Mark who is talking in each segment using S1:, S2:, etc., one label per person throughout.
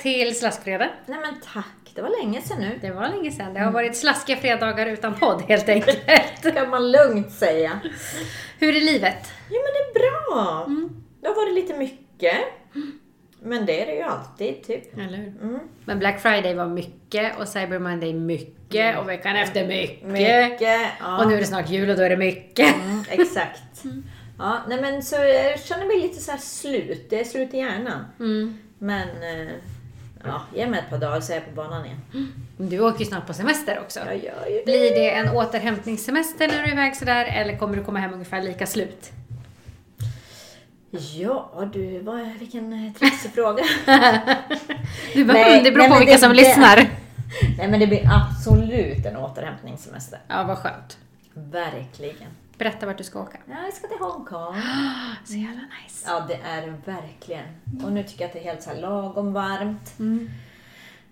S1: till Slaskfredag.
S2: Nej men tack, det var länge sedan nu.
S1: Det var länge sedan. Det har varit slaskiga fredagar utan podd helt enkelt.
S2: Det kan man lugnt säga.
S1: Hur är livet?
S2: Jo men det är bra. Det har varit lite mycket. Men det är det ju alltid typ.
S1: Eller hur?
S2: Mm.
S1: Men Black Friday var mycket och Cyber Monday mycket och veckan efter mycket.
S2: Mycket. Ja.
S1: Och nu är det snart jul och då är det mycket.
S2: Mm, exakt. Ja, nej men så jag känner mig lite så här slut. Det är slut i hjärnan.
S1: Mm.
S2: Men eh, ja, ge mig ett par dagar så är jag på banan igen.
S1: Du åker ju snart på semester också.
S2: Jag gör ju det.
S1: Blir det en återhämtningssemester när du är iväg sådär eller kommer du komma hem ungefär lika slut?
S2: Ja du, vad, vilken eh, trixig fråga.
S1: Du bara,
S2: Nej,
S1: "Mm, det beror
S2: nej,
S1: på
S2: men
S1: vilka
S2: det-
S1: som
S2: det-
S1: lyssnar.
S2: nej men det blir absolut en återhämtningssemester.
S1: Ja, vad skönt.
S2: Verkligen.
S1: Berätta vart du ska åka.
S2: Ja, jag ska till Hongkong.
S1: Ah, Så jävla nice.
S2: Ja, det är det verkligen. Och nu tycker jag att det är helt så här lagom varmt.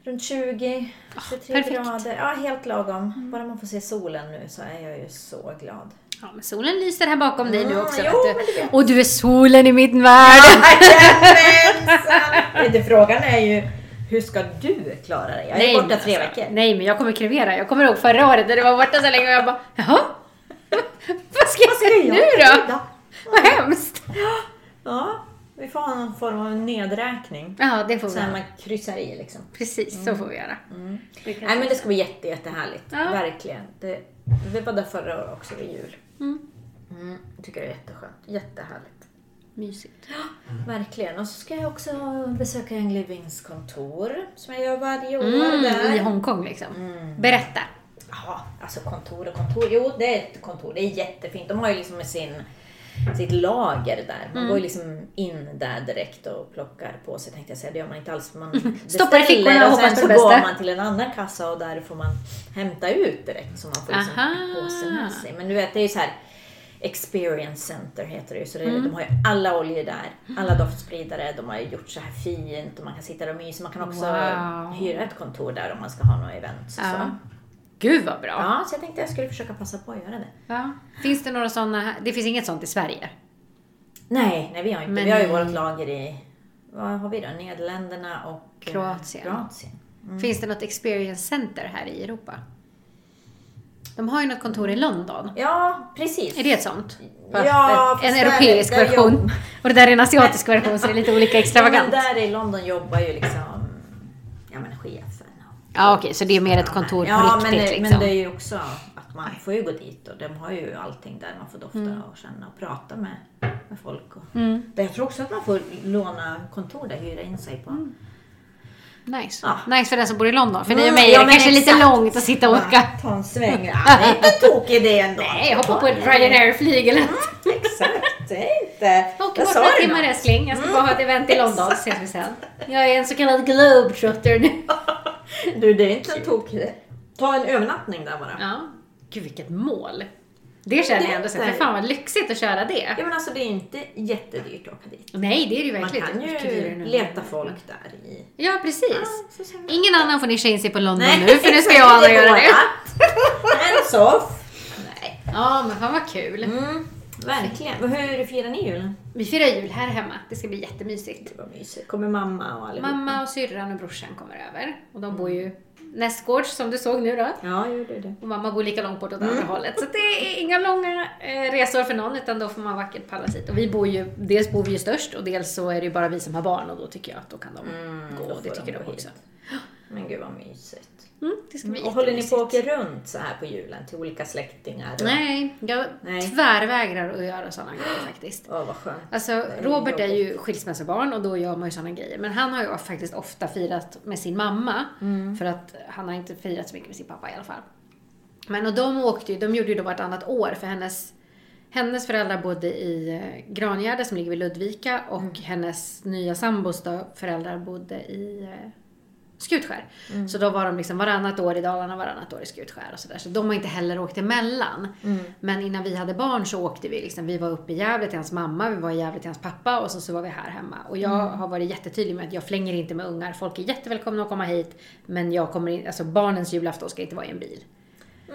S2: Runt 20, 23
S1: Mm. Ah, perfekt. Mm.
S2: grader. Ja, helt lagom. Bara man får se solen nu så är jag ju så glad.
S1: Ja, men solen lyser här bakom dig nu
S2: Mm,
S1: också.
S2: jo,
S1: vet du.
S2: men det vet
S1: Och du är solen i min värld!
S2: Nej, det frågan är ju, hur ska du klara dig? Jag är
S1: Nej,
S2: borta
S1: men
S2: tre
S1: alltså,
S2: veckor.
S1: Nej, men jag kommer krevera. Jag kommer ihåg förra året när du var borta så länge och jag bara, jaha? Vad ska jag säga nu då? Vad hemskt!
S2: Ja, vi får ha någon form av nedräkning.
S1: Ja, det får vi
S2: Så här
S1: göra.
S2: man kryssar i liksom.
S1: Precis, så får vi göra.
S2: Mm.
S1: Det kan-
S2: Nej men det ska bli jätte, jättehärligt.
S1: Ja.
S2: Verkligen. Det, vi var där förra året också vid jul.
S1: Mm.
S2: Mm, jag tycker det är jätteskönt. Jättehärligt.
S1: Mysigt.
S2: Verkligen. Och så ska jag också besöka Young Livings kontor som jag gör varje år
S1: Mm,
S2: där. Mm.
S1: I Hongkong liksom. Berätta.
S2: Ja, alltså kontor och kontor. Jo, det är ett kontor. Det är jättefint. De har ju liksom sin, sitt lager där. Man
S1: Mm.
S2: går ju liksom in där direkt och plockar på sig tänkte jag säga. Det gör man inte alls. Man
S1: Mm. Stoppar i
S2: beställer
S1: fickorna och
S2: och sen
S1: hoppas på
S2: så
S1: det
S2: går
S1: bästa.
S2: man till en annan kassa och där får man hämta ut direkt. Så man får liksom
S1: Aha.
S2: påsen med sig. Men du vet, det är ju så här Experience Center heter det ju. Så det, är-
S1: Mm.
S2: de har ju alla oljor där. Alla doftspridare. De har ju gjort så här fint och man kan sitta där och mysa. Man kan också
S1: Wow.
S2: hyra ett kontor där om man ska ha några events. och Så.
S1: Ja. Gud vad bra.
S2: Ja, så jag tänkte jag skulle försöka passa på att göra det.
S1: Ja. Finns det några sådana här? Det finns inget sånt i Sverige.
S2: Nej, nej vi har inte.
S1: Men
S2: vi har ju
S1: i-
S2: vårt lager i, vad har vi då? Nederländerna och eh,
S1: Kroatien.
S2: Kroatien.
S1: Finns det något experience center här i Europa? De har ju något kontor i London.
S2: Ja, precis.
S1: Är det ett sånt?
S2: Ja,
S1: en
S2: fast där-
S1: europeisk
S2: där
S1: version.
S2: jobb-
S1: Och det där är en asiatisk version så det är lite olika
S2: men
S1: extravagant. Ja,
S2: där i London jobbar ju liksom, ja men chefen. och-
S1: okej, så det är mer ett kontor på
S2: ja,
S1: riktigt
S2: men, det-
S1: liksom.
S2: men det är ju också att man får ju gå dit och de har ju allting där man får dofta
S1: Mm.
S2: och känna och prata med, med folk. Och. Men Jag tror också att man får låna kontor där, hyra in sig på.
S1: Nice.
S2: Ja.
S1: Ah. Nice för den som bor i London. För dig och
S2: Mm,
S1: mig
S2: ja,
S1: är det
S2: men
S1: kanske lite
S2: exakt.
S1: långt att sitta och åka.
S2: Ja, Ta en sväng. Ja, det är inte en tokig idé ändå.
S1: Nej, jag hoppar på ett
S2: Mm.
S1: Ryanair-flyg eller något.
S2: Exakt, det är inte...
S1: Jag åker
S2: Där
S1: bort
S2: sa
S1: några
S2: du
S1: timmar
S2: något.
S1: älskling. Jag ska bara ha ett event i London så ses vi sen. Jag är en så kallad globetrotter nu.
S2: Du, det är inte en tokig idé. Ta en övernattning där bara.
S1: Ja. Gud vilket mål. Det känner jag ändå så här, för fan vad lyxigt att köra det.
S2: Ja, men alltså det är inte jättedyrt att åka dit.
S1: Nej, det är det ju
S2: Man
S1: verkligen
S2: kan
S1: inte. Mycket dyrare
S2: ju
S1: nu.
S2: leta folk där i...
S1: Ja,
S2: Ja,
S1: precis.
S2: så ser man.
S1: Ingen annan får nischa in sig på London nu, för nu ska jag alla
S2: det
S1: göra
S2: går
S1: det.
S2: att. En soff. Nej.
S1: Ja, men fan vad kul.
S2: Mm, verkligen. Och Hur firar ni julen?
S1: Vi firar jul här hemma. Det ska bli jättemysigt.
S2: Vad mysigt. Kommer mamma och allihopa?
S1: Mamma och syrran och brorsan kommer över. Och de bor
S2: Mm.
S1: ju nästgårds som du såg nu då.
S2: Ja, gjorde det.
S1: Och mamma bor lika långt bort åt andra
S2: Mm.
S1: hållet. Så det är inga långa eh, resor för någon utan då får man vackert pallas hit. Och vi bor ju, dels bor vi ju störst och dels så är det ju bara vi som har barn och då tycker jag att då kan de
S2: Mm,
S1: gå
S2: då
S1: och det
S2: får
S1: tycker
S2: de
S1: de
S2: gå
S1: också.
S2: hit. Men gud vad mysigt.
S1: Mm, det ska bli
S2: Och håller ni på att
S1: jättemysigt.
S2: åka runt så här på julen till olika släktingar? Och,
S1: Nej, jag
S2: Nej.
S1: tvärvägrar att göra sådana grejer faktiskt.
S2: Åh, vad skönt.
S1: Alltså, Robert är ju skilsmässobarn och då gör man ju sådana grejer. Men han har ju faktiskt ofta firat med sin mamma. För att han har inte firat så mycket med sin pappa i alla fall. Men och de åkte ju, de gjorde ju då vartannat år för hennes, hennes föräldrar bodde i eh, Grangärde som ligger vid Ludvika och hennes nya sambos då, föräldrar bodde i eh, Skutskär. Så då var de liksom varannat år i Dalarna, varannat år i Skutskär och sådär. Så de har inte heller åkt emellan. Men innan vi hade barn så åkte vi liksom, vi var uppe i Gävle till hans mamma, vi var i Gävle till hans pappa och så, så var vi här hemma. Och jag har varit jättetydlig med att jag flänger inte med ungar. Folk är jättevälkomna att komma hit men jag kommer in, alltså barnens julafton ska inte vara i en bil.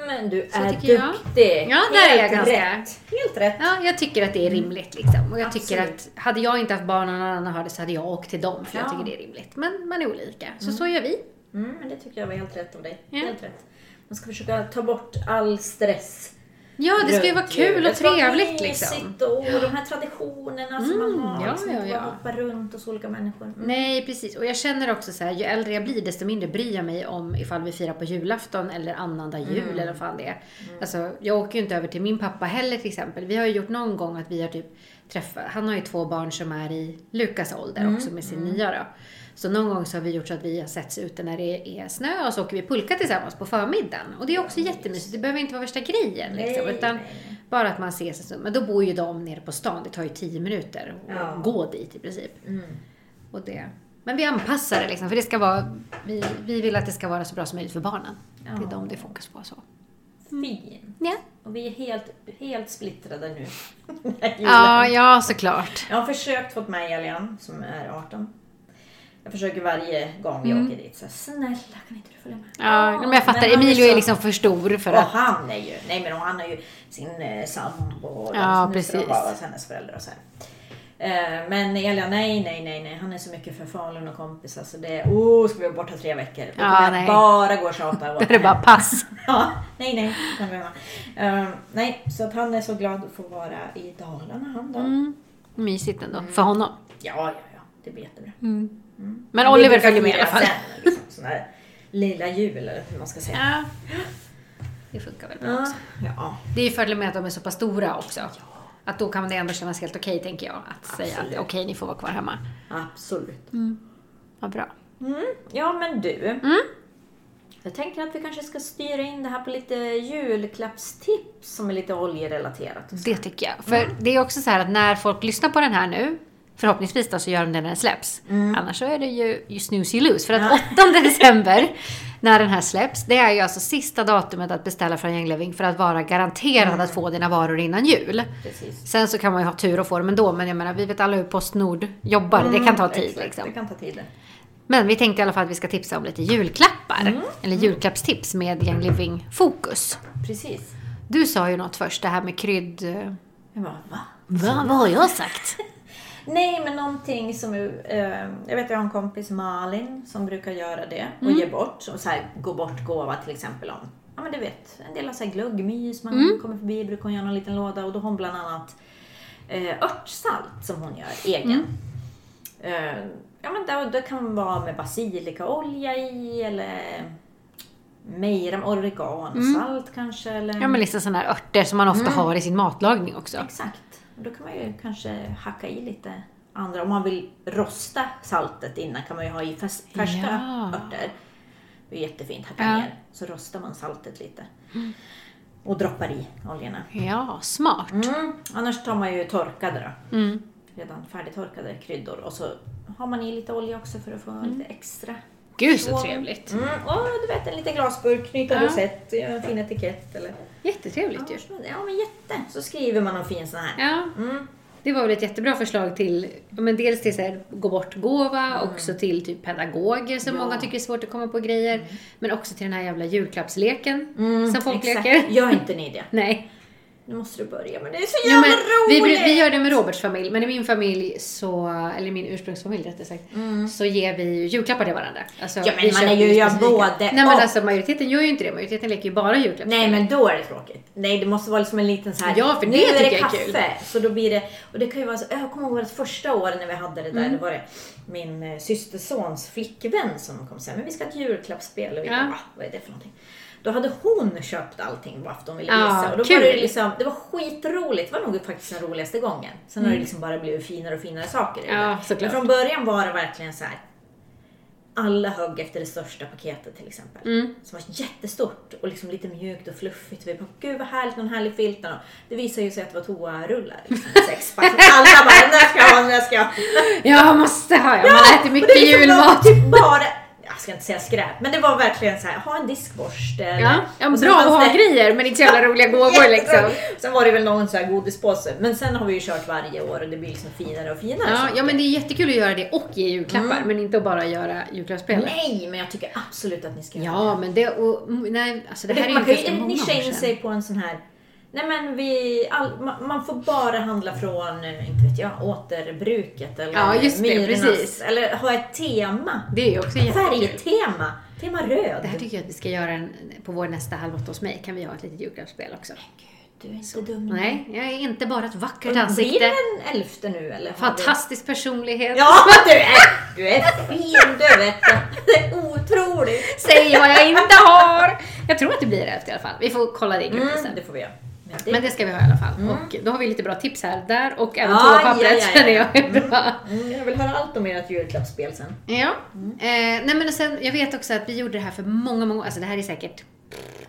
S2: Men du
S1: Så
S2: är
S1: tycker jag.
S2: duktig.
S1: Ja, där är jag
S2: Helt
S1: ganska-
S2: Rätt. Helt rätt.
S1: Ja, jag tycker att det är rimligt liksom. Och jag tycker
S2: Absolut.
S1: att hade jag inte haft barn och någon annan har det så hade jag åkt till dem för jag
S2: Ja.
S1: tycker det är rimligt. Men man är olika. Så så gör vi.
S2: Mm, men det tycker jag var helt rätt av dig.
S1: Ja.
S2: Helt rätt. Man ska försöka ta bort all stress.
S1: Ja, det ska ju vara
S2: runt
S1: kul
S2: jul.
S1: och
S2: Det ska vara
S1: trevligt
S2: mysigt
S1: liksom.
S2: Och de här traditionerna som
S1: Mm,
S2: man har.
S1: ja,
S2: liksom,
S1: ja,
S2: att
S1: ja.
S2: Bara hoppa runt hos olika människor. Mm.
S1: Nej, precis. Och jag känner också så här, ju äldre jag blir desto mindre bryr jag mig om ifall vi firar på julafton eller annandag jul
S2: Mm.
S1: eller vad fan det är. Alltså, jag åker ju inte över till min pappa heller till exempel. Vi har ju gjort någon gång att vi har typ träffat, han har ju två barn som är i Lukas ålder
S2: Mm.
S1: också med sin nya då. Så någon gång så har vi gjort så att vi har setts ute när det är snö och så åker vi pulka tillsammans på förmiddagen. Och det är också jättemysigt. Det behöver inte vara värsta grejen liksom.
S2: Nej,
S1: utan
S2: nej.
S1: bara att man ses en stund. Men då bor ju de nere på stan. Det tar ju tio minuter att
S2: Ja.
S1: gå dit i princip.
S2: Mm.
S1: Och det. Men vi anpassar det liksom, för det ska vara, vi, vi vill att det ska vara så bra som möjligt för barnen. Det är
S2: Ja.
S1: dem det är fokus på. Så.
S2: Fin.
S1: Ja.
S2: Och vi är helt, helt splittrade nu. Den här julen.
S1: Ja, ja, såklart.
S2: Jag har försökt få med Elian som är 18. Jag försöker varje gång vi åker dit. Så här, snälla kan inte du följa med?
S1: Mm. Ja, men jag fattar,
S2: han
S1: Emilio
S2: så-
S1: är liksom för stor för
S2: och
S1: att...
S2: han är ju, nej men och han har ju sin eh, sambo och
S1: Ja,
S2: nu ska de
S1: precis.
S2: vara hos hennes föräldrar och så här. Eh, Men Elian, nej, nej, nej, nej, han är så mycket för Falun och kompisar så det är, oh, ska vi vara borta tre veckor? Då
S1: Ja,
S2: kommer jag
S1: nej.
S2: bara gå och tjata. och
S1: Då är det bara pass.
S2: Ja, nej, nej. det kan vi göra. Eh, nej, så att han är så glad att få vara i Dalarna han då.
S1: Mm. Mysigt ändå,
S2: Mm.
S1: för honom.
S2: Ja, ja, ja, det blir jättebra.
S1: Men
S2: Vi
S1: Oliver
S2: Mm. brukar
S1: följer med i
S2: fira
S1: alla fall.
S2: Sen, liksom, sån där lilla jul eller hur man ska säga.
S1: Ja. Det funkar väl bra
S2: Ja.
S1: också.
S2: ja.
S1: Det är ju fördelen med att de är så pass stora också. Att då kan det ändå kännas helt okej, tänker jag. Att säga att
S2: Absolut.
S1: okej, ni får vara kvar hemma.
S2: Absolut.
S1: Mm. Vad bra.
S2: Mm. Ja, men du.
S1: Mm.
S2: Jag tänker att vi kanske ska styra in det här på lite julklappstips som är lite oljerelaterat.
S1: Det tycker jag. För
S2: Mm.
S1: det är också så här att när folk lyssnar på den här nu, förhoppningsvis då så gör de det när den släpps.
S2: Mm.
S1: Annars så är det ju you snooze you lose. För att 8 december, när den här släpps, det är ju alltså sista datumet att beställa från Gängleving för att vara garanterad
S2: Mm.
S1: att få dina varor innan jul.
S2: Precis.
S1: Sen så kan man ju ha tur och få dem ändå, men jag menar vi vet alla hur Postnord jobbar. det kan ta tid
S2: Mm, Exakt,
S1: liksom.
S2: Det kan ta tid. det.
S1: Men vi tänkte i alla fall att vi ska tipsa om lite julklappar. Eller julklappstips med Gängleving Fokus.
S2: Precis.
S1: Du sa ju något först, det här med krydd...
S2: Jag bara, va?
S1: Va, vad har jag sagt?
S2: Nej, men någonting som... Eh, jag vet jag har en kompis, Malin, som brukar göra det och
S1: Mm.
S2: ge bort. Och så här, gå bort-gåva till exempel. Om, ja, men du vet, en del har så här glöggmys, man
S1: Mm.
S2: kommer förbi, brukar hon göra någon liten låda och då har hon bland annat eh, örtsalt som hon gör egen.
S1: Mm.
S2: Eh, ja, men det, det kan vara med basilikaolja i eller mejram, oregano-salt kanske. Eller,
S1: Mm. Ja men liksom sådana här örter som man ofta har i sin matlagning också.
S2: Exakt. Och Då kan man ju kanske hacka i lite andra. Om man vill rosta saltet innan kan man ju ha i färs- färska
S1: Ja.
S2: örter. Det är jättefint. Hacka
S1: Ja.
S2: ner. Så rostar man saltet lite. Och droppar i oljorna.
S1: Ja, smart.
S2: Mm. Annars tar man ju torkade då.
S1: Mm.
S2: Redan färdigtorkade kryddor. Och så har man i lite olja också för att få lite extra.
S1: Gud så
S2: Så-
S1: Mm. trevligt.
S2: Mm. Och du vet en liten glasburk, knyta
S1: Ja.
S2: rosett, göra en fin etikett. Eller...
S1: Jättetrevligt ju.
S2: Ja men jätte. Så skriver man en fin sån här.
S1: Ja,
S2: Mm.
S1: det var väl ett jättebra förslag till, ja, men dels till så här, gå bort-gåva, också till typ pedagoger som
S2: Ja.
S1: många tycker är svårt att komma på grejer. Men också till den här jävla julklappsleken
S2: Mm,
S1: som folk
S2: exakt.
S1: leker.
S2: Gör inte ni det.
S1: Nej.
S2: Nu måste du börja men det är så
S1: Jo,
S2: jävla
S1: men vi,
S2: roligt!
S1: bru- vi gör det med Roberts familj, men i min familj, så, eller min ursprungsfamilj rättare sagt, så ger vi ju julklappar till varandra. Alltså,
S2: Mm. Ja, men
S1: vi
S2: man
S1: köper
S2: är ju
S1: specifika-
S2: både
S1: Nej men
S2: och.
S1: alltså majoriteten gör ju inte det, majoriteten leker ju bara julklappar.
S2: Nej men då är det tråkigt. Nej det måste vara liksom en liten så här.
S1: Ja, för
S2: nu
S1: det
S2: är
S1: tycker
S2: det
S1: jag är
S2: kaffe.
S1: kul.
S2: Så då blir det, och det kan ju vara så, jag kommer ihåg vårt första år när vi hade det där,
S1: Mm.
S2: då var det min eh, systersons flickvän som kom och sa, men vi ska ha ett julklappsspel och vi
S1: Ja.
S2: bara, "Va? vad är det för någonting? Då hade hon köpt allting vad hon ville
S1: Ja,
S2: gissa och då
S1: kul.
S2: var det liksom, det var skitroligt, det var nog faktiskt den roligaste gången. Sen har det liksom bara blivit finare och finare saker i det
S1: Mm. Ja,
S2: där.
S1: såklart.
S2: Men från början var det verkligen så här alla högg efter det största paketet till exempel.
S1: Mm.
S2: Som var jättestort och liksom lite mjukt och fluffigt. Vi bara, gud vad härligt, någon härlig filt. eller något." Det visar ju sig att det var toarullar. Liksom, sex pack. Alla bara, den där ska jag ha, den där ska jag ha.
S1: Jag måste ha, jag man äter
S2: Och det är
S1: mycket
S2: liksom
S1: julmat.
S2: Typ bara, alltså, ska inte säga skräp, men det var verkligen så här, ha en diskborste.
S1: Ja, ja
S2: Och
S1: bra
S2: sen
S1: att
S2: fanns
S1: ha
S2: det-
S1: grejer men inte så jävla roliga gåvor liksom.
S2: Sen var det väl någon så här godispåse, men sen har vi ju kört varje år och det blir liksom finare och finare.
S1: Ja,
S2: saker.
S1: ja, men det är jättekul att göra det och ge julklappar, men inte att bara göra julklappsspel.
S2: Mm. Nej, men jag tycker absolut att ni ska göra
S1: Ja, men det... Och, nej, alltså det
S2: det.
S1: här är
S2: man kan
S1: ju ganska
S2: ju
S1: många år
S2: nischa in
S1: sedan.
S2: sig på en sån här Nej men vi, all, man, man får bara handla från, eh, inte vet jag, återbruket eller
S1: Ja, just det,
S2: myrornas-
S1: precis.
S2: Eller ha ett tema.
S1: Det är ju också jättekul.
S2: Färgtema. Tema röd.
S1: Det här tycker jag att vi ska göra en, på vår nästa Halv åtta hos mig. Kan vi ha ett litet julklappsspel också?
S2: Du är inte dum.
S1: Nej, jag är inte bara ett vackert
S2: Mm. Och Blir det
S1: ansikte.
S2: en elfte nu eller? har vi-
S1: Fantastisk personlighet.
S2: Ja, du är, du är fin du vet du. Det är otroligt.
S1: Säg vad jag inte har! Jag tror att det blir rätt i alla fall. Vi får kolla det i gruppen sen.
S2: Mm, det får vi göra. Men det,
S1: Men det ska vi ha i alla fall. Och då har vi lite bra tips här där och även
S2: Ja,
S1: toapappret
S2: Ah, ja, Mm. ja, ja.
S1: känner jag är bra.
S2: mm, jag vill höra allt om ert julklappsspel sen.
S1: Ja. Eh, nej men och sen, jag vet också att vi gjorde det här för många, många Alltså det här är säkert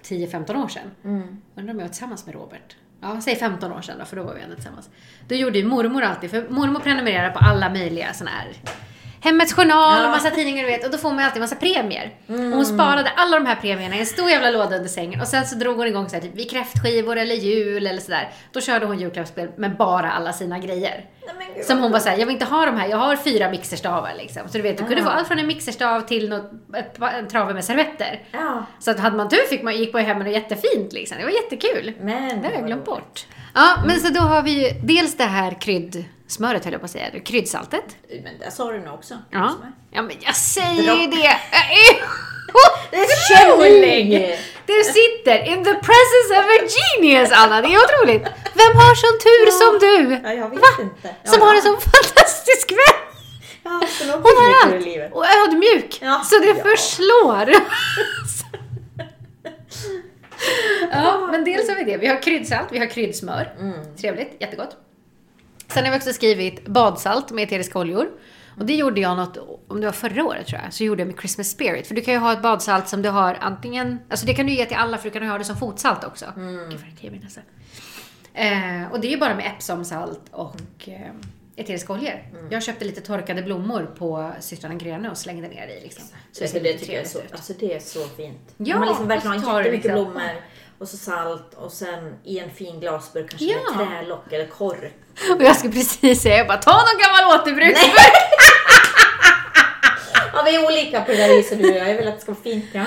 S1: 10-15 år sedan. Undrar om jag var tillsammans med Robert. Ja, säg 15 år sedan då, för då var vi ändå tillsammans. Då gjorde ju mormor alltid, för mormor prenumererar på alla möjliga såna här Hemmets Journal
S2: Ja.
S1: och massa tidningar du vet och då får man ju alltid massa premier. Och hon sparade alla de här premierna i en stor jävla låda under sängen och sen så drog hon igång så här, typ vid kräftskivor eller jul eller sådär. Då körde hon julklappsspel med bara alla sina grejer.
S2: Nej, men gud,
S1: Som
S2: vad
S1: hon var
S2: kul.
S1: såhär, jag vill inte ha de här, jag har fyra mixerstavar liksom. Så du vet, det kunde
S2: Ah.
S1: vara allt från en mixerstav till något, ett, pa- en trave med servetter.
S2: Ja,
S1: Så att hade man tur fick man, gick man ju hem med något jättefint liksom. Det var jättekul.
S2: men.
S1: Det har jag
S2: vad
S1: glömt
S2: roligt.
S1: bort. Ja, men så då har vi ju dels det här kryddsmöret höll jag på att säga, kryddsaltet.
S2: Eh, Men där sa du nog också.
S1: Ja. ja, men jag säger ju
S2: Dropp.
S1: det! Jag är
S2: Det är
S1: otrolig! Du sitter in the presence of a genius, Anna! Det är otroligt! Vem har sån tur som du?
S2: Ja, jag vet inte. Ja,
S1: Som
S2: ja.
S1: har en sån fantastisk vän!
S2: Jag har haft en
S1: Hon har
S2: otrolig tur i livet.
S1: allt! Och ödmjuk!
S2: Ja.
S1: Så det
S2: Ja.
S1: förslår! ja, men dels har vi det. Vi har kryddsalt, vi har kryddsmör.
S2: Mm.
S1: Trevligt, jättegott. Sen har vi också skrivit badsalt med eteriska oljor. Och det gjorde jag något, om det var förra året tror jag, så gjorde jag med Christmas spirit. För du kan ju ha ett badsalt som du har antingen, alltså det kan du ge till alla för du kan ha det som fotsalt också. Mm. Gud vad det kliar i min näsa. Eh, och det är ju bara med Epsomsalt och eh, eteriska oljor. Jag köpte lite torkade blommor på systrarna Gröna och slängde ner i. Liksom.
S2: Så det,
S1: ser
S2: det
S1: lite
S2: tycker jag är så,
S1: trevligt ut.
S2: alltså det är så fint.
S1: Ja,
S2: man liksom verkligen
S1: och så
S2: har
S1: tar du
S2: jättemycket
S1: liksom-
S2: blommor och så salt och sen i en fin glasburk kanske
S1: Ja.
S2: med trälock eller kork.
S1: Och jag skulle precis säga, jag bara ta någon gammal återbruksburk.
S2: Ja, vi är olika på det där viset du och jag. Jag vill att det ska vara fint. Ja.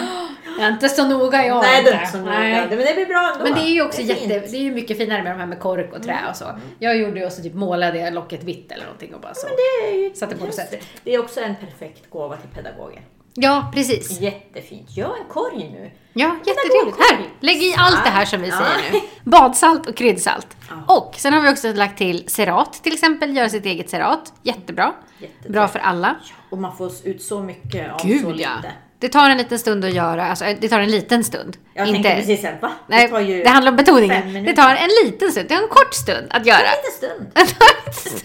S1: Jag är inte så noga jag.
S2: Nej, det är
S1: inte.
S2: inte så noga.
S1: Nej.
S2: Men det blir bra ändå.
S1: Men det är ju också
S2: Det är fint. Mm.
S1: jätte, det är ju mycket finare med de här med kork och trä och så. Jag gjorde ju och så typ målade jag locket vitt eller någonting och bara så.
S2: Det är ju
S1: Satte på det
S2: just
S1: sättet.
S2: det. Det är också en perfekt gåva till pedagoger.
S1: Ja,
S2: Mm.
S1: precis.
S2: Jättefint. Gör en korg nu.
S1: Ja, jättetrevligt.
S2: god
S1: Här, lägg i allt det här som vi
S2: Ja.
S1: säger nu. Badsalt och kryddsalt.
S2: Ja.
S1: Och sen har vi också lagt till serat till exempel, göra sitt eget serat. Jättebra.
S2: Jättetrevligt.
S1: Bra för alla.
S2: Och man får ut så mycket av så
S1: Gud
S2: lite.
S1: ja. Det tar en liten stund att göra, alltså det tar en liten stund.
S2: Jag tänkte precis såhär, va?
S1: Nej,
S2: det tar ju
S1: det handlar om
S2: fem
S1: betoningen. Det
S2: minuter.
S1: tar en liten stund, det är en kort stund att göra.
S2: en liten stund.
S1: Det tar en stund.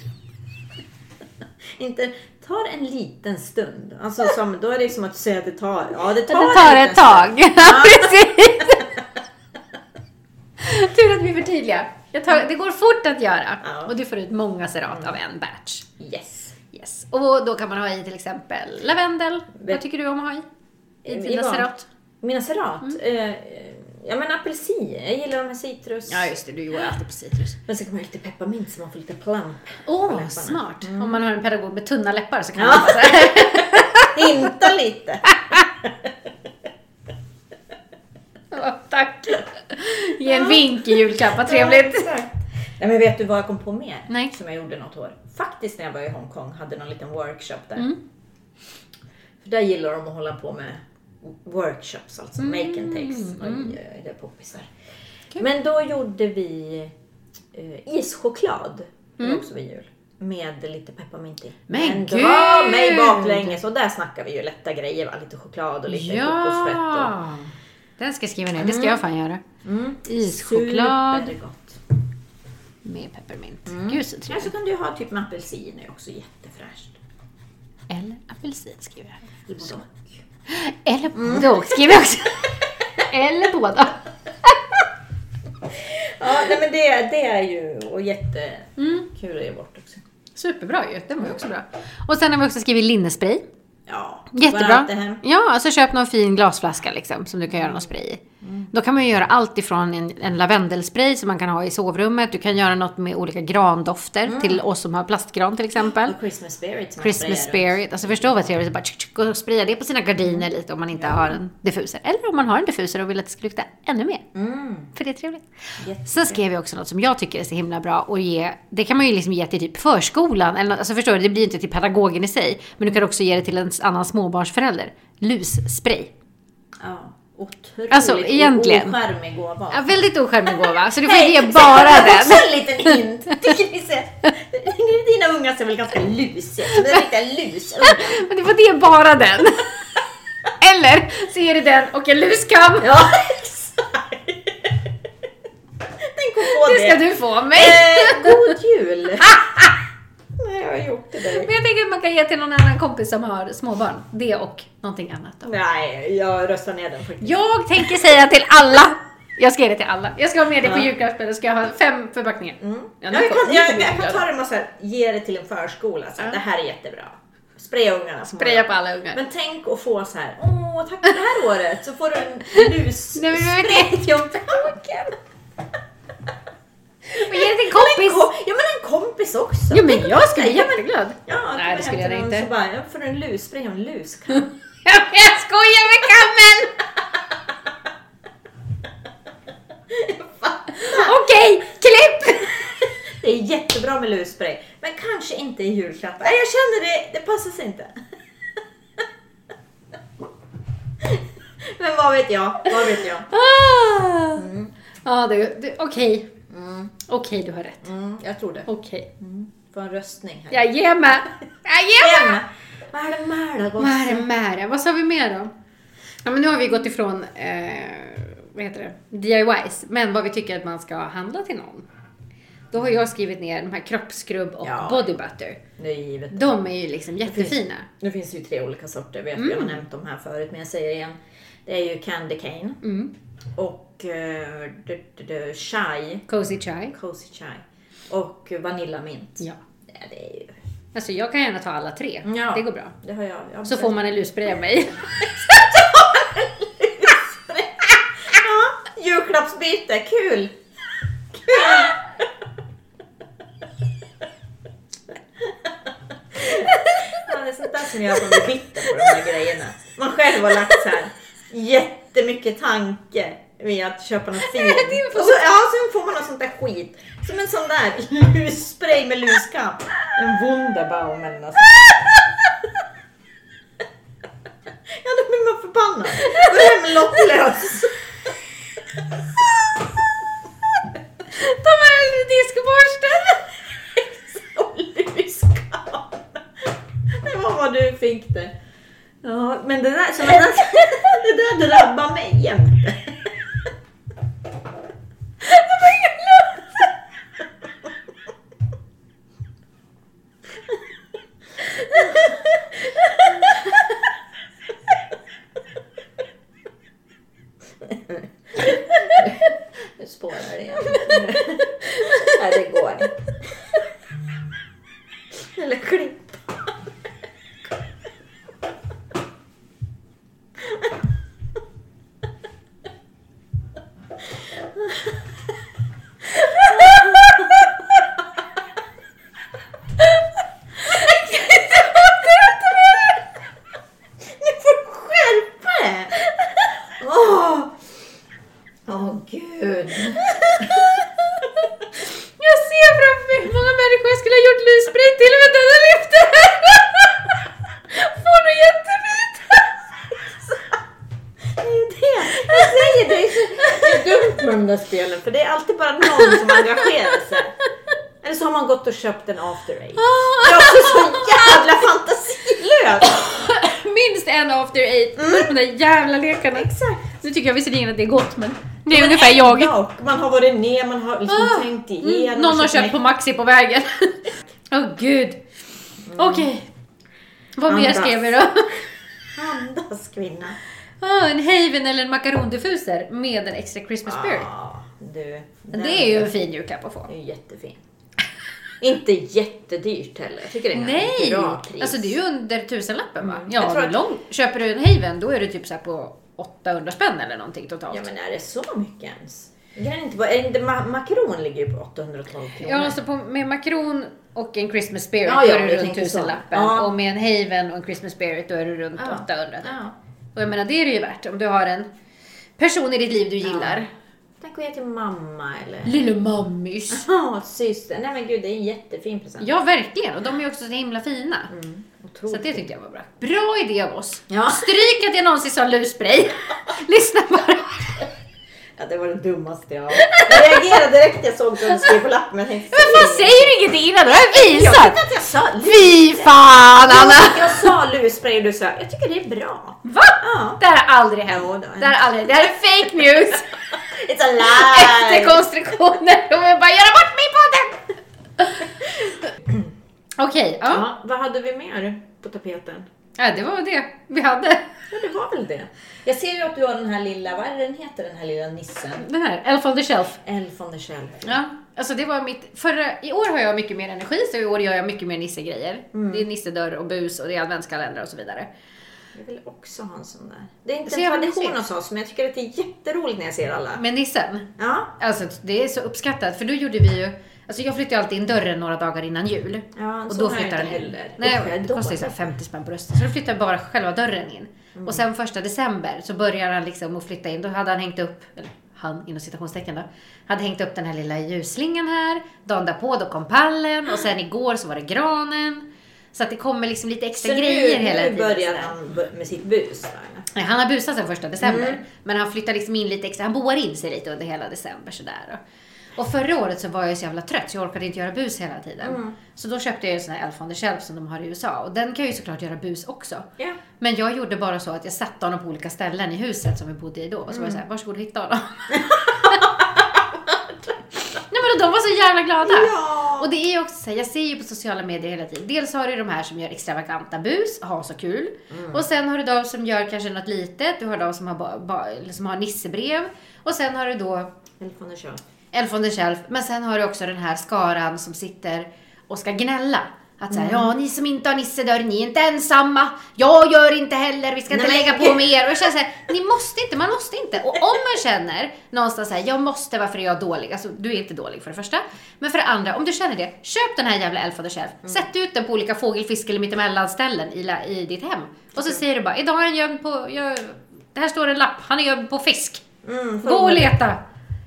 S2: Inte tar en liten stund. Alltså som, då är det som att säga att det tar, ja det tar,
S1: Det tar
S2: en
S1: ett
S2: liten
S1: tag.
S2: stund.
S1: Ja, precis. Tur att vi förtydligar. Jag tar, det går fort att göra.
S2: Ja.
S1: Och du får ut många serat av en batch.
S2: Yes.
S1: Yes. Och då kan man ha i till exempel lavendel.
S2: Ve-
S1: Vad tycker du om att ha i? I
S2: I
S1: dina
S2: vad?
S1: serat?
S2: Mina serat,
S1: Mm.
S2: eh, ja men apelsin, jag gillar de här citrus.
S1: just det. Du gör alltid på citrus.
S2: Men så kan man ha lite pepparmint så man får lite plump.
S1: Åh,
S2: läpparna.
S1: smart. Om man har en pedagog med tunna läppar så kan
S2: Ja.
S1: man bara så här.
S2: Hinta lite.
S1: Ja, Tack. Ge en vink i julklapp, vad trevligt.
S2: Ja, exakt. Nej men vet du vad jag kom på mer?
S1: Nej.
S2: Som jag gjorde något år. Faktiskt när jag var i Hongkong hade någon liten workshop där.
S1: Mm.
S2: För där gillar de att hålla på med workshops, alltså make and takes. Oj, oj, oj, det är poppisar.
S1: Mm. Kul.
S2: Men då gjorde vi eh, ischoklad, Det var också vid jul. Med lite pepparmint i.
S1: Mm. Men
S2: dra
S1: gud!
S2: mig baklänges och där snackar vi ju lätta grejer va? Lite choklad och lite kokosfett.
S1: Ja. Den ska jag skriva ner, det ska jag fan göra.
S2: Och, mm.
S1: Ischoklad
S2: Supergott.
S1: med pepparmint.
S2: Mm.
S1: Gud så
S2: Ja, så
S1: trevligt.
S2: kan du ha typ med apelsin, är också jättefräscht. Alltså-
S1: Eller apelsin skriver jag.
S2: Eller både och.
S1: Eller
S2: Mm.
S1: både och skriver jag också. Eller båda.
S2: Ja, nej, men det, det är ju och
S1: Mm.
S2: jättekul att ge bort också.
S1: Superbra ju, den var ju också bra. Och sen har vi också skrivit linnespray.
S2: Ja, Bara
S1: Jättebra.
S2: allt det här.
S1: Ja, alltså köp någon fin glasflaska liksom, som du kan göra någon spray i.
S2: Mm.
S1: Då kan man ju göra allt ifrån en, en lavendelspray som man kan ha i sovrummet. Du kan göra något med olika grandofter till oss som har plastgran till exempel.
S2: Och Christmas spirit. som Mm. man
S1: Christmas
S2: sprayar runt. Mm.
S1: spirit. Alltså förstå vad trevligt att bara tsk, tsk, och spraya det på sina gardiner lite om man inte har en diffuser. Eller om man har en diffuser och vill att det ska lukta ännu mer.
S2: Mm.
S1: För det är trevligt.
S2: Jätte-
S1: Sen skrev jag också något som jag tycker är så himla bra att ge. Det kan man ju liksom ge till typ förskolan. Eller något, alltså förstår du, det blir ju inte till pedagogen i sig. Men du kan också ge det till en annan småbarnsförälder. Lusspray.
S2: Ja. Otroligt
S1: Alltså, egentligen.
S2: ocharmig gåva.
S1: Ja, väldigt ocharmig gåva. Så du får
S2: Hej,
S1: ge
S2: så
S1: bara
S2: här var
S1: den.
S2: Också en liten hint. Tycker ni ser, dina ungar ser väl ganska lusiga ut? De är riktiga lusungar.
S1: Men du får ge bara den. Eller så ger du den och en luskam.
S2: Ja, exakt. Tänk att få det.
S1: Det ska du få av mig.
S2: Eh, god jul! Nej, jag har gjort det dig.
S1: Men jag tänker att man kan ge till någon annan kompis som har småbarn. Det och någonting annat då.
S2: Nej, jag röstar ner den faktiskt.
S1: Jag tänker säga till alla. Jag ska ge det till alla. Jag ska ha med det på
S2: Ja.
S1: julklappsspel och ska jag ha fem förpackningar.
S2: Mm.
S1: Ja,
S2: Jag,
S1: nu
S2: kan,
S1: får- nu
S2: jag,
S1: får
S2: jag,
S1: vi
S2: kan
S1: glada.
S2: ta det med så här, ge det till en förskola. Så här,
S1: Ja.
S2: Det här är jättebra. Spraya ungarna. på
S1: Spraya
S2: morgonen.
S1: på alla ungar.
S2: Men tänk att få så här, åh tack för det här året, så får du en
S1: Nej, men jag vet
S2: lusspray till plånboken.
S1: Och ge det till en
S2: Men en
S1: kompis.
S2: ko- Ja men en kompis också.
S1: Jo men jag skulle
S2: skulle
S1: bli
S2: bli
S1: jätteglad.
S2: Ja,
S1: Nej, det skulle jag
S2: hämta
S1: inte.
S2: någon Så bara, jag får en lusspray och en luskam.
S1: Jag skojar med kammen! Okej, klipp!
S2: det är jättebra med lusspray, men kanske inte i julklapp. Nej, jag känner det, det passar sig inte. men vad vet jag, vad vet jag.
S1: Ah.
S2: Mm.
S1: Ja, det- det- Okej, okej du har rätt.
S2: Mm, jag tror det.
S1: Okej.
S2: Få en röstning här.
S1: Jag ger mig! Jag ger mig!
S2: Emma, Vad är det med dig
S1: Vad är
S2: gosse?
S1: det med det? Vad sa vi mer då? Ja, men nu har vi gått ifrån eh, vad heter det? DIYs, men vad vi tycker att man ska handla till någon. Då har jag skrivit ner de här kroppsskrubb och
S2: Ja.
S1: body butter.
S2: Det är givet.
S1: De är ju liksom jättefina.
S2: Nu finns det ju tre olika sorter, vet jag har nämnt dem här förut, men jag säger det igen. Det är ju Candy Cane
S1: Mm.
S2: och eh, d- d- d- Chai,
S1: Cozy chai.
S2: Cozy Chai och Vanilla Mint.
S1: Ja.
S2: Ja, det, är ju,
S1: Alltså jag kan gärna ta alla tre.
S2: Ja.
S1: Det går bra.
S2: det har jag. jag har
S1: Så får man en lusspray av mig.
S2: Ja, julklappsbyte, kul! Kul! Ja, det är sånt där som gör att man blir bitter på de här grejerna. Man själv har lagt så här jättemycket tanke med att köpa något fint.
S1: Det är ju
S2: Och så, ja, sen får man något sånt där skit. Som en sån där lusspray med luskapp. En Wunderbaum eller något sånt. Ja, då blir man förbannad. Då är man lottlös.
S1: Ta med en diskborste!
S2: Och luskam. Det var vad du fick det. Ja, men det där, så det där, det där drabbar mig jämt. Nu spårar det igen. Nej, det går inte. Eller klippa. Nu får du skärpa dig. Åh! Åh, gud.
S1: Jag ser framför mig hur många människor jag skulle ha gjort lusspray till med denna lyften! Får du jättefint!
S2: Det är ju det. Jag säger det. Det är dumt med de där spelen för det är alltid bara någon som engagerar sig. Eller så har man gått och köpt en After Eight. Det är också så jävla fantasilöst.
S1: Minst en after eight med de där jävla lekarna.
S2: Mm. Exakt.
S1: Nu tycker jag visserligen att det är gott men det är
S2: Men
S1: ungefär jag.
S2: ändå, Man har varit ner, man har liksom
S1: Ah,
S2: tänkt
S1: Mm,
S2: igenom.
S1: någon har köpt på Maxi på vägen. Åh gud. Okej. Vad mer
S2: Mm. Andas.
S1: skrev vi då?
S2: Andas kvinna.
S1: Ah, en haven eller en makarondiffuser med en extra Christmas spirit.
S2: Ah, du. den-
S1: Det är ju en fin julklapp att få.
S2: Det är ju jättefin. Inte jättedyrt heller. Jag tycker det är
S1: Nej!
S2: en bra pris.
S1: Alltså det är ju under tusenlappen va?
S2: Mm.
S1: Ja,
S2: Jag tror
S1: men
S2: att-
S1: lång. Köper du en Haven då är det typ så här på 800 spänn eller någonting totalt.
S2: Ja men är det så mycket ens? Kan det inte vara, är det inte, ma- makron ligger ju på 812 kronor.
S1: Mm. Ja, alltså på, med makron och en Christmas spirit
S2: Ja, ja,
S1: då är
S2: jag
S1: det runt
S2: tänkte så.
S1: tusenlappen.
S2: Ja.
S1: Och med en Haven och en Christmas spirit då är det runt
S2: Ja.
S1: 800.
S2: Ja.
S1: Och jag menar det är det ju värt om du har en person i ditt liv du gillar.
S2: Tack och ge till mamma eller...
S1: Lille mammis.
S2: Ja, syster. Nej men gud, det är en jättefin present.
S1: Ja, verkligen. Och de är ju också så himla fina.
S2: Mm,
S1: Så
S2: otroligt.
S1: att det tyckte jag var bra. Bra idé av oss.
S2: Ja.
S1: Stryk att jag någonsin sa lusspray. Lyssna bara.
S2: ja, det var det dummaste jag... Jag reagerade direkt jag såg att du skrev på lappen. Jag tänkte,
S1: Men fan säger du inget innan? Det har jag
S2: Jag
S1: visat.
S2: tyckte att jag sa lus.
S1: Fy fan Anna!
S2: Jag sa lusspray och du sa, jag tycker det är bra.
S1: Va?
S2: Ja.
S1: Det här har aldrig hänt.
S2: Jo, det har
S1: Det här, har aldrig, det här är fake news.
S2: It's a lie!
S1: Efter konstruktioner. De vill bara göra bort mig i podden. Okej, ja.
S2: Ja, vad hade vi mer på tapeten?
S1: ja. Det var det vi hade.
S2: Ja, det var väl det. Jag ser ju att du har den här lilla, vad är det den heter, den här lilla nissen?
S1: Den här, Elf on the shelf.
S2: Elf on the shelf.
S1: Ja, alltså det var mitt... Förra, I år har jag mycket mer energi, så i år gör jag mycket mer nissegrejer. Det är nissedörr och bus och det är adventskalendrar och så vidare.
S2: Jag vill också ha en sån där. Det är inte
S1: Så
S2: en
S1: jag vill
S2: tradition
S1: se.
S2: hos oss, men jag tycker att det är jätteroligt när jag ser alla.
S1: Men nissen,
S2: Ja,
S1: Alltså det är så uppskattat för då gjorde vi ju Alltså jag flyttade ju alltid in dörren några dagar innan jul.
S2: Ja,
S1: och
S2: så
S1: då
S2: har jag
S1: flyttar den
S2: inte
S1: in.
S2: heller. Usch, jag
S1: Nej,
S2: är
S1: det kostar ju
S2: dålig.
S1: så här 50 spänn på rösten. Mm. Så då flyttar bara själva dörren in. Och sen första december så börjar han liksom att flytta in. Då hade han hängt upp, eller han inom citationstecken då, hade hängt upp den här lilla ljusslingan här. Dagen därpå då kom pallen och sen igår så var det granen. Så att det kommer liksom lite
S2: så
S1: extra
S2: nu,
S1: grejer hela
S2: nu
S1: tiden.
S2: börjar
S1: sådär.
S2: han b- med sitt bus. va?
S1: Nej, Han har busat sedan första december. Men han flyttar liksom in lite extra. Han boar in sig lite under hela december sådär. Och förra året så var jag så jävla trött så jag orkade inte göra bus hela tiden. Så då köpte jag en sån här Elf on the Shelf som de har i USA. Och den kan ju såklart göra bus också.
S2: Ja.
S1: Men jag gjorde bara så att jag satte honom på olika ställen i huset som vi bodde i då. Och så var jag såhär, varsågod och hitta honom. Nej men de var så jävla glada.
S2: Ja.
S1: Och det är ju också så här, jag ser ju på sociala medier hela tiden. Dels har du de här som gör extravaganta bus, har så kul. Och sen har du de som gör kanske något litet. Du har de som har, ba, ba, eller som har nissebrev. Och sen har du då
S2: Elf on the shelf.
S1: Elf on the shelf. Men sen har du också den här skaran som sitter och ska gnälla. Att säga, ja ni som inte har nissedörr, ni är inte ensamma. Jag gör inte heller, vi ska inte
S2: Nej, men-
S1: lägga på mer. Och jag känner så här, ni måste inte, man måste inte. Och om man känner någonstans så här, jag måste, varför är jag dålig? Alltså du är inte dålig för det första. Men för det andra, om du känner det, köp den här jävla Elf on the shelf. Sätt ut den på olika fågel, fisk eller mittemellan-ställen i, la- i ditt hem. Och så säger du bara, idag är han gömd på, jag, det här står en lapp, han är gömd på fisk.
S2: Mm,
S1: Gå och leta!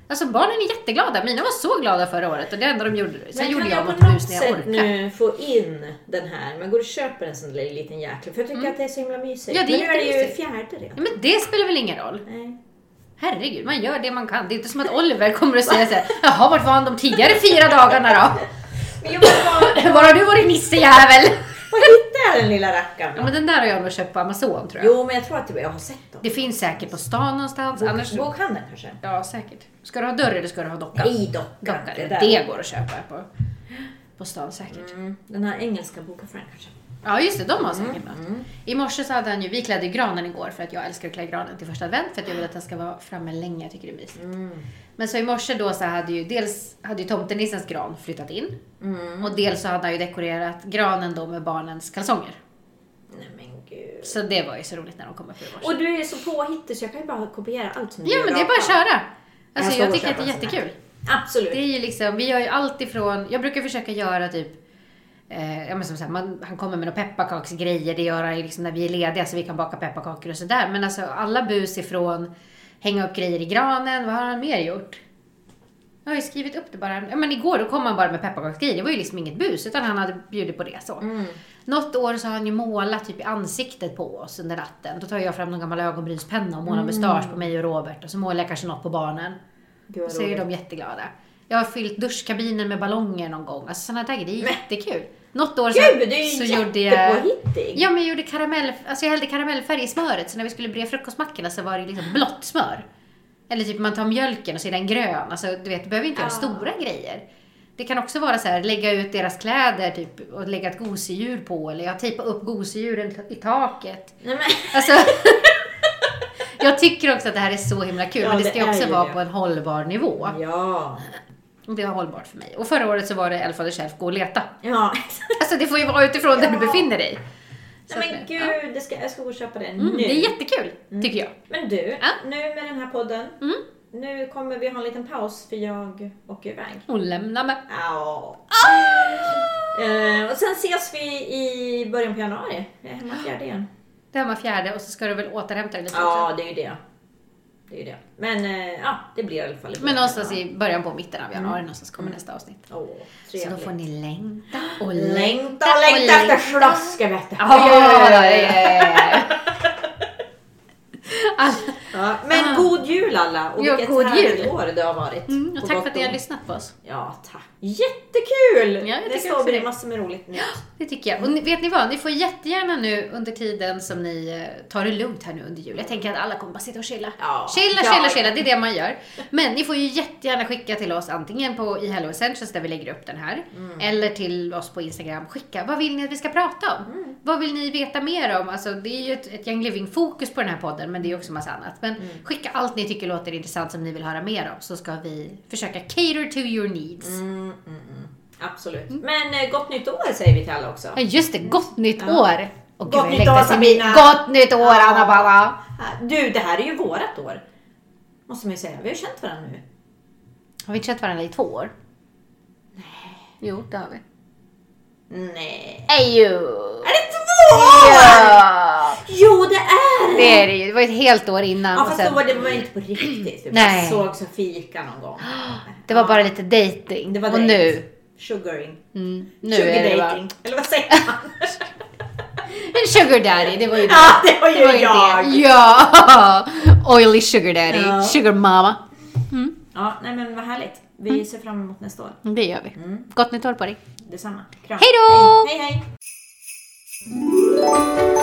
S1: Alltså barnen är jätteglada. Mina var så glada förra året och det enda de gjorde. Sen
S2: Men
S1: gjorde
S2: kan
S1: jag något
S2: på något
S1: bus när jag
S2: sätt
S1: orkade.
S2: nu få in den här? Man går och köper en sån där liten jäkel. För jag tycker att det är så himla mysigt.
S1: Mm. Ja, det är
S2: men nu är det ju
S1: jättemysigt.
S2: fjärde redan.
S1: Ja, men det spelar väl ingen roll?
S2: Nej.
S1: Herregud, man gör det man kan. Det är inte som att Oliver kommer och säger såhär, jaha vart var han de tidigare fyra dagarna då?
S2: Men jag bara,
S1: Var har du varit nissejävel?
S2: var hittade jag den lilla rackaren?
S1: Ja, men den där har jag nog köpt på Amazon tror jag.
S2: Jo, men jag tror att det- jag har sett dem.
S1: Det finns säkert på stan någonstans. Annars...
S2: Bok- Bokhandeln kanske?
S1: Ja, säkert. Ska du ha dörr eller ska du ha docka?
S2: Nej, dockan.
S1: Docka,
S2: Det där.
S1: det går att köpa på, på stan säkert.
S2: Mm, den här engelska bokaffären kanske?
S1: Ja just det, de har säkert
S2: Mm.
S1: något. I morse så hade han ju, vi klädde ju granen igår för att jag älskar att klä granen till första advent för att jag vill att den ska vara framme länge, jag tycker det är mysigt.
S2: mm,
S1: Men så i morse då så hade ju dels hade ju tomtenissens gran flyttat in
S2: mm.
S1: och dels så hade han ju dekorerat granen då med barnens kalsonger.
S2: Nej men gud.
S1: Så det var ju så roligt när de kom upp i morse.
S2: Och du är så påhittig så jag kan ju bara kopiera allt som du
S1: Ja
S2: gör
S1: men det är
S2: rakt
S1: bara
S2: av.
S1: att köra. Alltså
S2: ska gå
S1: jag
S2: och
S1: tycker att
S2: köpa
S1: det är
S2: en sån här.
S1: jättekul.
S2: Absolut.
S1: Det är ju liksom, vi gör ju allt ifrån, jag brukar försöka göra typ Eh, ja, men som så här, man, han kommer med några pepparkaksgrejer, det gör han ju liksom när vi är lediga så vi kan baka pepparkakor och sådär. Men alltså alla bus ifrån hänga upp grejer i granen, vad har han mer gjort? Jag har ju skrivit upp det bara. Ja, men igår då kom han bara med pepparkaksgrejer, det var ju liksom inget bus utan han hade bjudit på det så.
S2: Mm.
S1: Något år så har han ju målat typ i ansiktet på oss under natten. Då tar jag fram någon gammal ögonbrynspenna och målar mustasch på mig och Robert och så målar jag kanske något på barnen.
S2: Gud, vad
S1: Och så är
S2: roligt.
S1: de jätteglada. Jag har fyllt duschkabinen med ballonger någon gång. Alltså sådana där grejer, det är jättekul. Något år så,
S2: Gud, du är
S1: så
S2: ju
S1: gjorde jag...
S2: jättepåhittig.
S1: Ja men jag gjorde karamell, alltså jag hällde karamellfärg i smöret så när vi skulle bre frukostmackorna så var det liksom blått smör. Eller typ man tar mjölken och så är den grön. Alltså du vet, du behöver inte göra
S2: Ah.
S1: stora grejer. Det kan också vara så här, lägga ut deras kläder typ och lägga ett gosedjur på eller jag tejpar upp gosedjuren i taket.
S2: Nej, men,
S1: Alltså, jag tycker också att det här är så himla kul
S2: Ja,
S1: men det
S2: det
S1: ska ju
S2: är
S1: också
S2: ju
S1: vara
S2: det.
S1: på en hållbar nivå.
S2: ja.
S1: Det var hållbart för mig. Och förra året så var det Elf och Chef, gå och leta.
S2: Ja.
S1: Alltså det får ju vara utifrån där
S2: Ja.
S1: du befinner dig. Så
S2: Nej men
S1: att det- ja.
S2: gud, det ska, jag ska gå och köpa det
S1: Mm,
S2: nu.
S1: det är jättekul,
S2: Mm.
S1: tycker jag.
S2: Men du,
S1: Ja.
S2: nu med den här podden.
S1: Mm.
S2: Nu kommer vi ha en liten paus för jag åker iväg.
S1: Hon lämnar mig.
S2: Au.
S1: Ah!
S2: Eh, och sen ses vi i början på januari. Jag är hemma fjärde igen.
S1: Det här var fjärde och så ska du väl återhämta dig lite
S2: Ja, det är ju det. Det är ju det. Men eh, ja, det blir i alla fall i
S1: också. Men
S2: början på
S1: någonstans
S2: januari.
S1: i början på mitten av januari någonstans kommer nästa avsnitt.
S2: Åh,
S1: Så då
S2: Mm. trevligt.
S1: får ni längta och
S2: Längta,
S1: längta och
S2: längta efter
S1: längta.
S2: flaska vet du.
S1: Ja, ja, ja, ja, ja.
S2: Ja, Men god jul alla och
S1: Ah. Ja,
S2: vilket
S1: god
S2: härligt
S1: jul.
S2: år det har varit.
S1: Mm,
S2: På
S1: och tack
S2: gott
S1: för att ni
S2: och
S1: har
S2: ont.
S1: lyssnat på oss.
S2: Ja, tack. Jättekul!
S1: Ja, jag
S2: det
S1: tycker
S2: ska
S1: också
S2: bli
S1: det.
S2: massor med roligt nytt.
S1: Det tycker jag. Och ni, vet ni vad? Ni får jättegärna nu under tiden som ni eh, tar det lugnt här nu under jul. Jag tänker att alla kommer bara sitta och chilla.
S2: Ja.
S1: Chilla,
S2: Ja,
S1: chilla,
S2: ja.
S1: chilla. Det är det man gör. Men ni får ju jättegärna skicka till oss antingen på i Hello Essentials där vi lägger upp den här.
S2: Mm.
S1: Eller till oss på Instagram. Skicka. Vad vill ni att vi ska prata om?
S2: Mm.
S1: Vad vill ni veta mer om? Alltså, det är ju ett, ett Young Living-fokus på den här podden men det är ju också massa annat. Men
S2: Mm.
S1: skicka allt ni tycker låter intressant som ni vill höra mer om så ska vi försöka cater to your needs.
S2: Mm, mm, mm. Absolut. Men eh, gott nytt år säger vi till alla också.
S1: Ja just det, gott nytt
S2: Ja.
S1: år! Och
S2: Gott
S1: jag
S2: nytt
S1: längtar
S2: år,
S1: till
S2: Sabina.
S1: min- Gott nytt år
S2: Ja.
S1: Anna Balla!
S2: Ah, Du, det här är ju vårat år. Måste man ju säga. Vi har ju känt varandra nu.
S1: Har vi inte känt varandra i två år? Nej. Jo, det har vi.
S2: Nej.
S1: Ejo!
S2: Är det två år?
S1: Ja!
S2: Jo, det är
S1: Det är det ju. Det var ju ett helt år innan.
S2: Ja,
S1: och
S2: fast
S1: sen,
S2: då var det var inte på riktigt. Vi bara
S1: Nej.
S2: såg så fika någon gång.
S1: det var bara lite dating.
S2: Det var
S1: och
S2: dejt.
S1: nu,
S2: Sugaring.
S1: mm, nu
S2: Sugar
S1: är det bara...
S2: dating. Eller vad säger man?
S1: En sugar daddy, det var ju det.
S2: ja, det var ju
S1: Det var ju
S2: jag.
S1: det. Ja! Oily sugar daddy.
S2: Ja.
S1: Sugar mama. Mm,
S2: Ja, nej men vad härligt. Vi ser fram emot nästa år.
S1: det gör vi.
S2: Mm.
S1: Gott nytt år på dig.
S2: Detsamma. Kram.
S1: Hej då!
S2: Hej, hej. hej.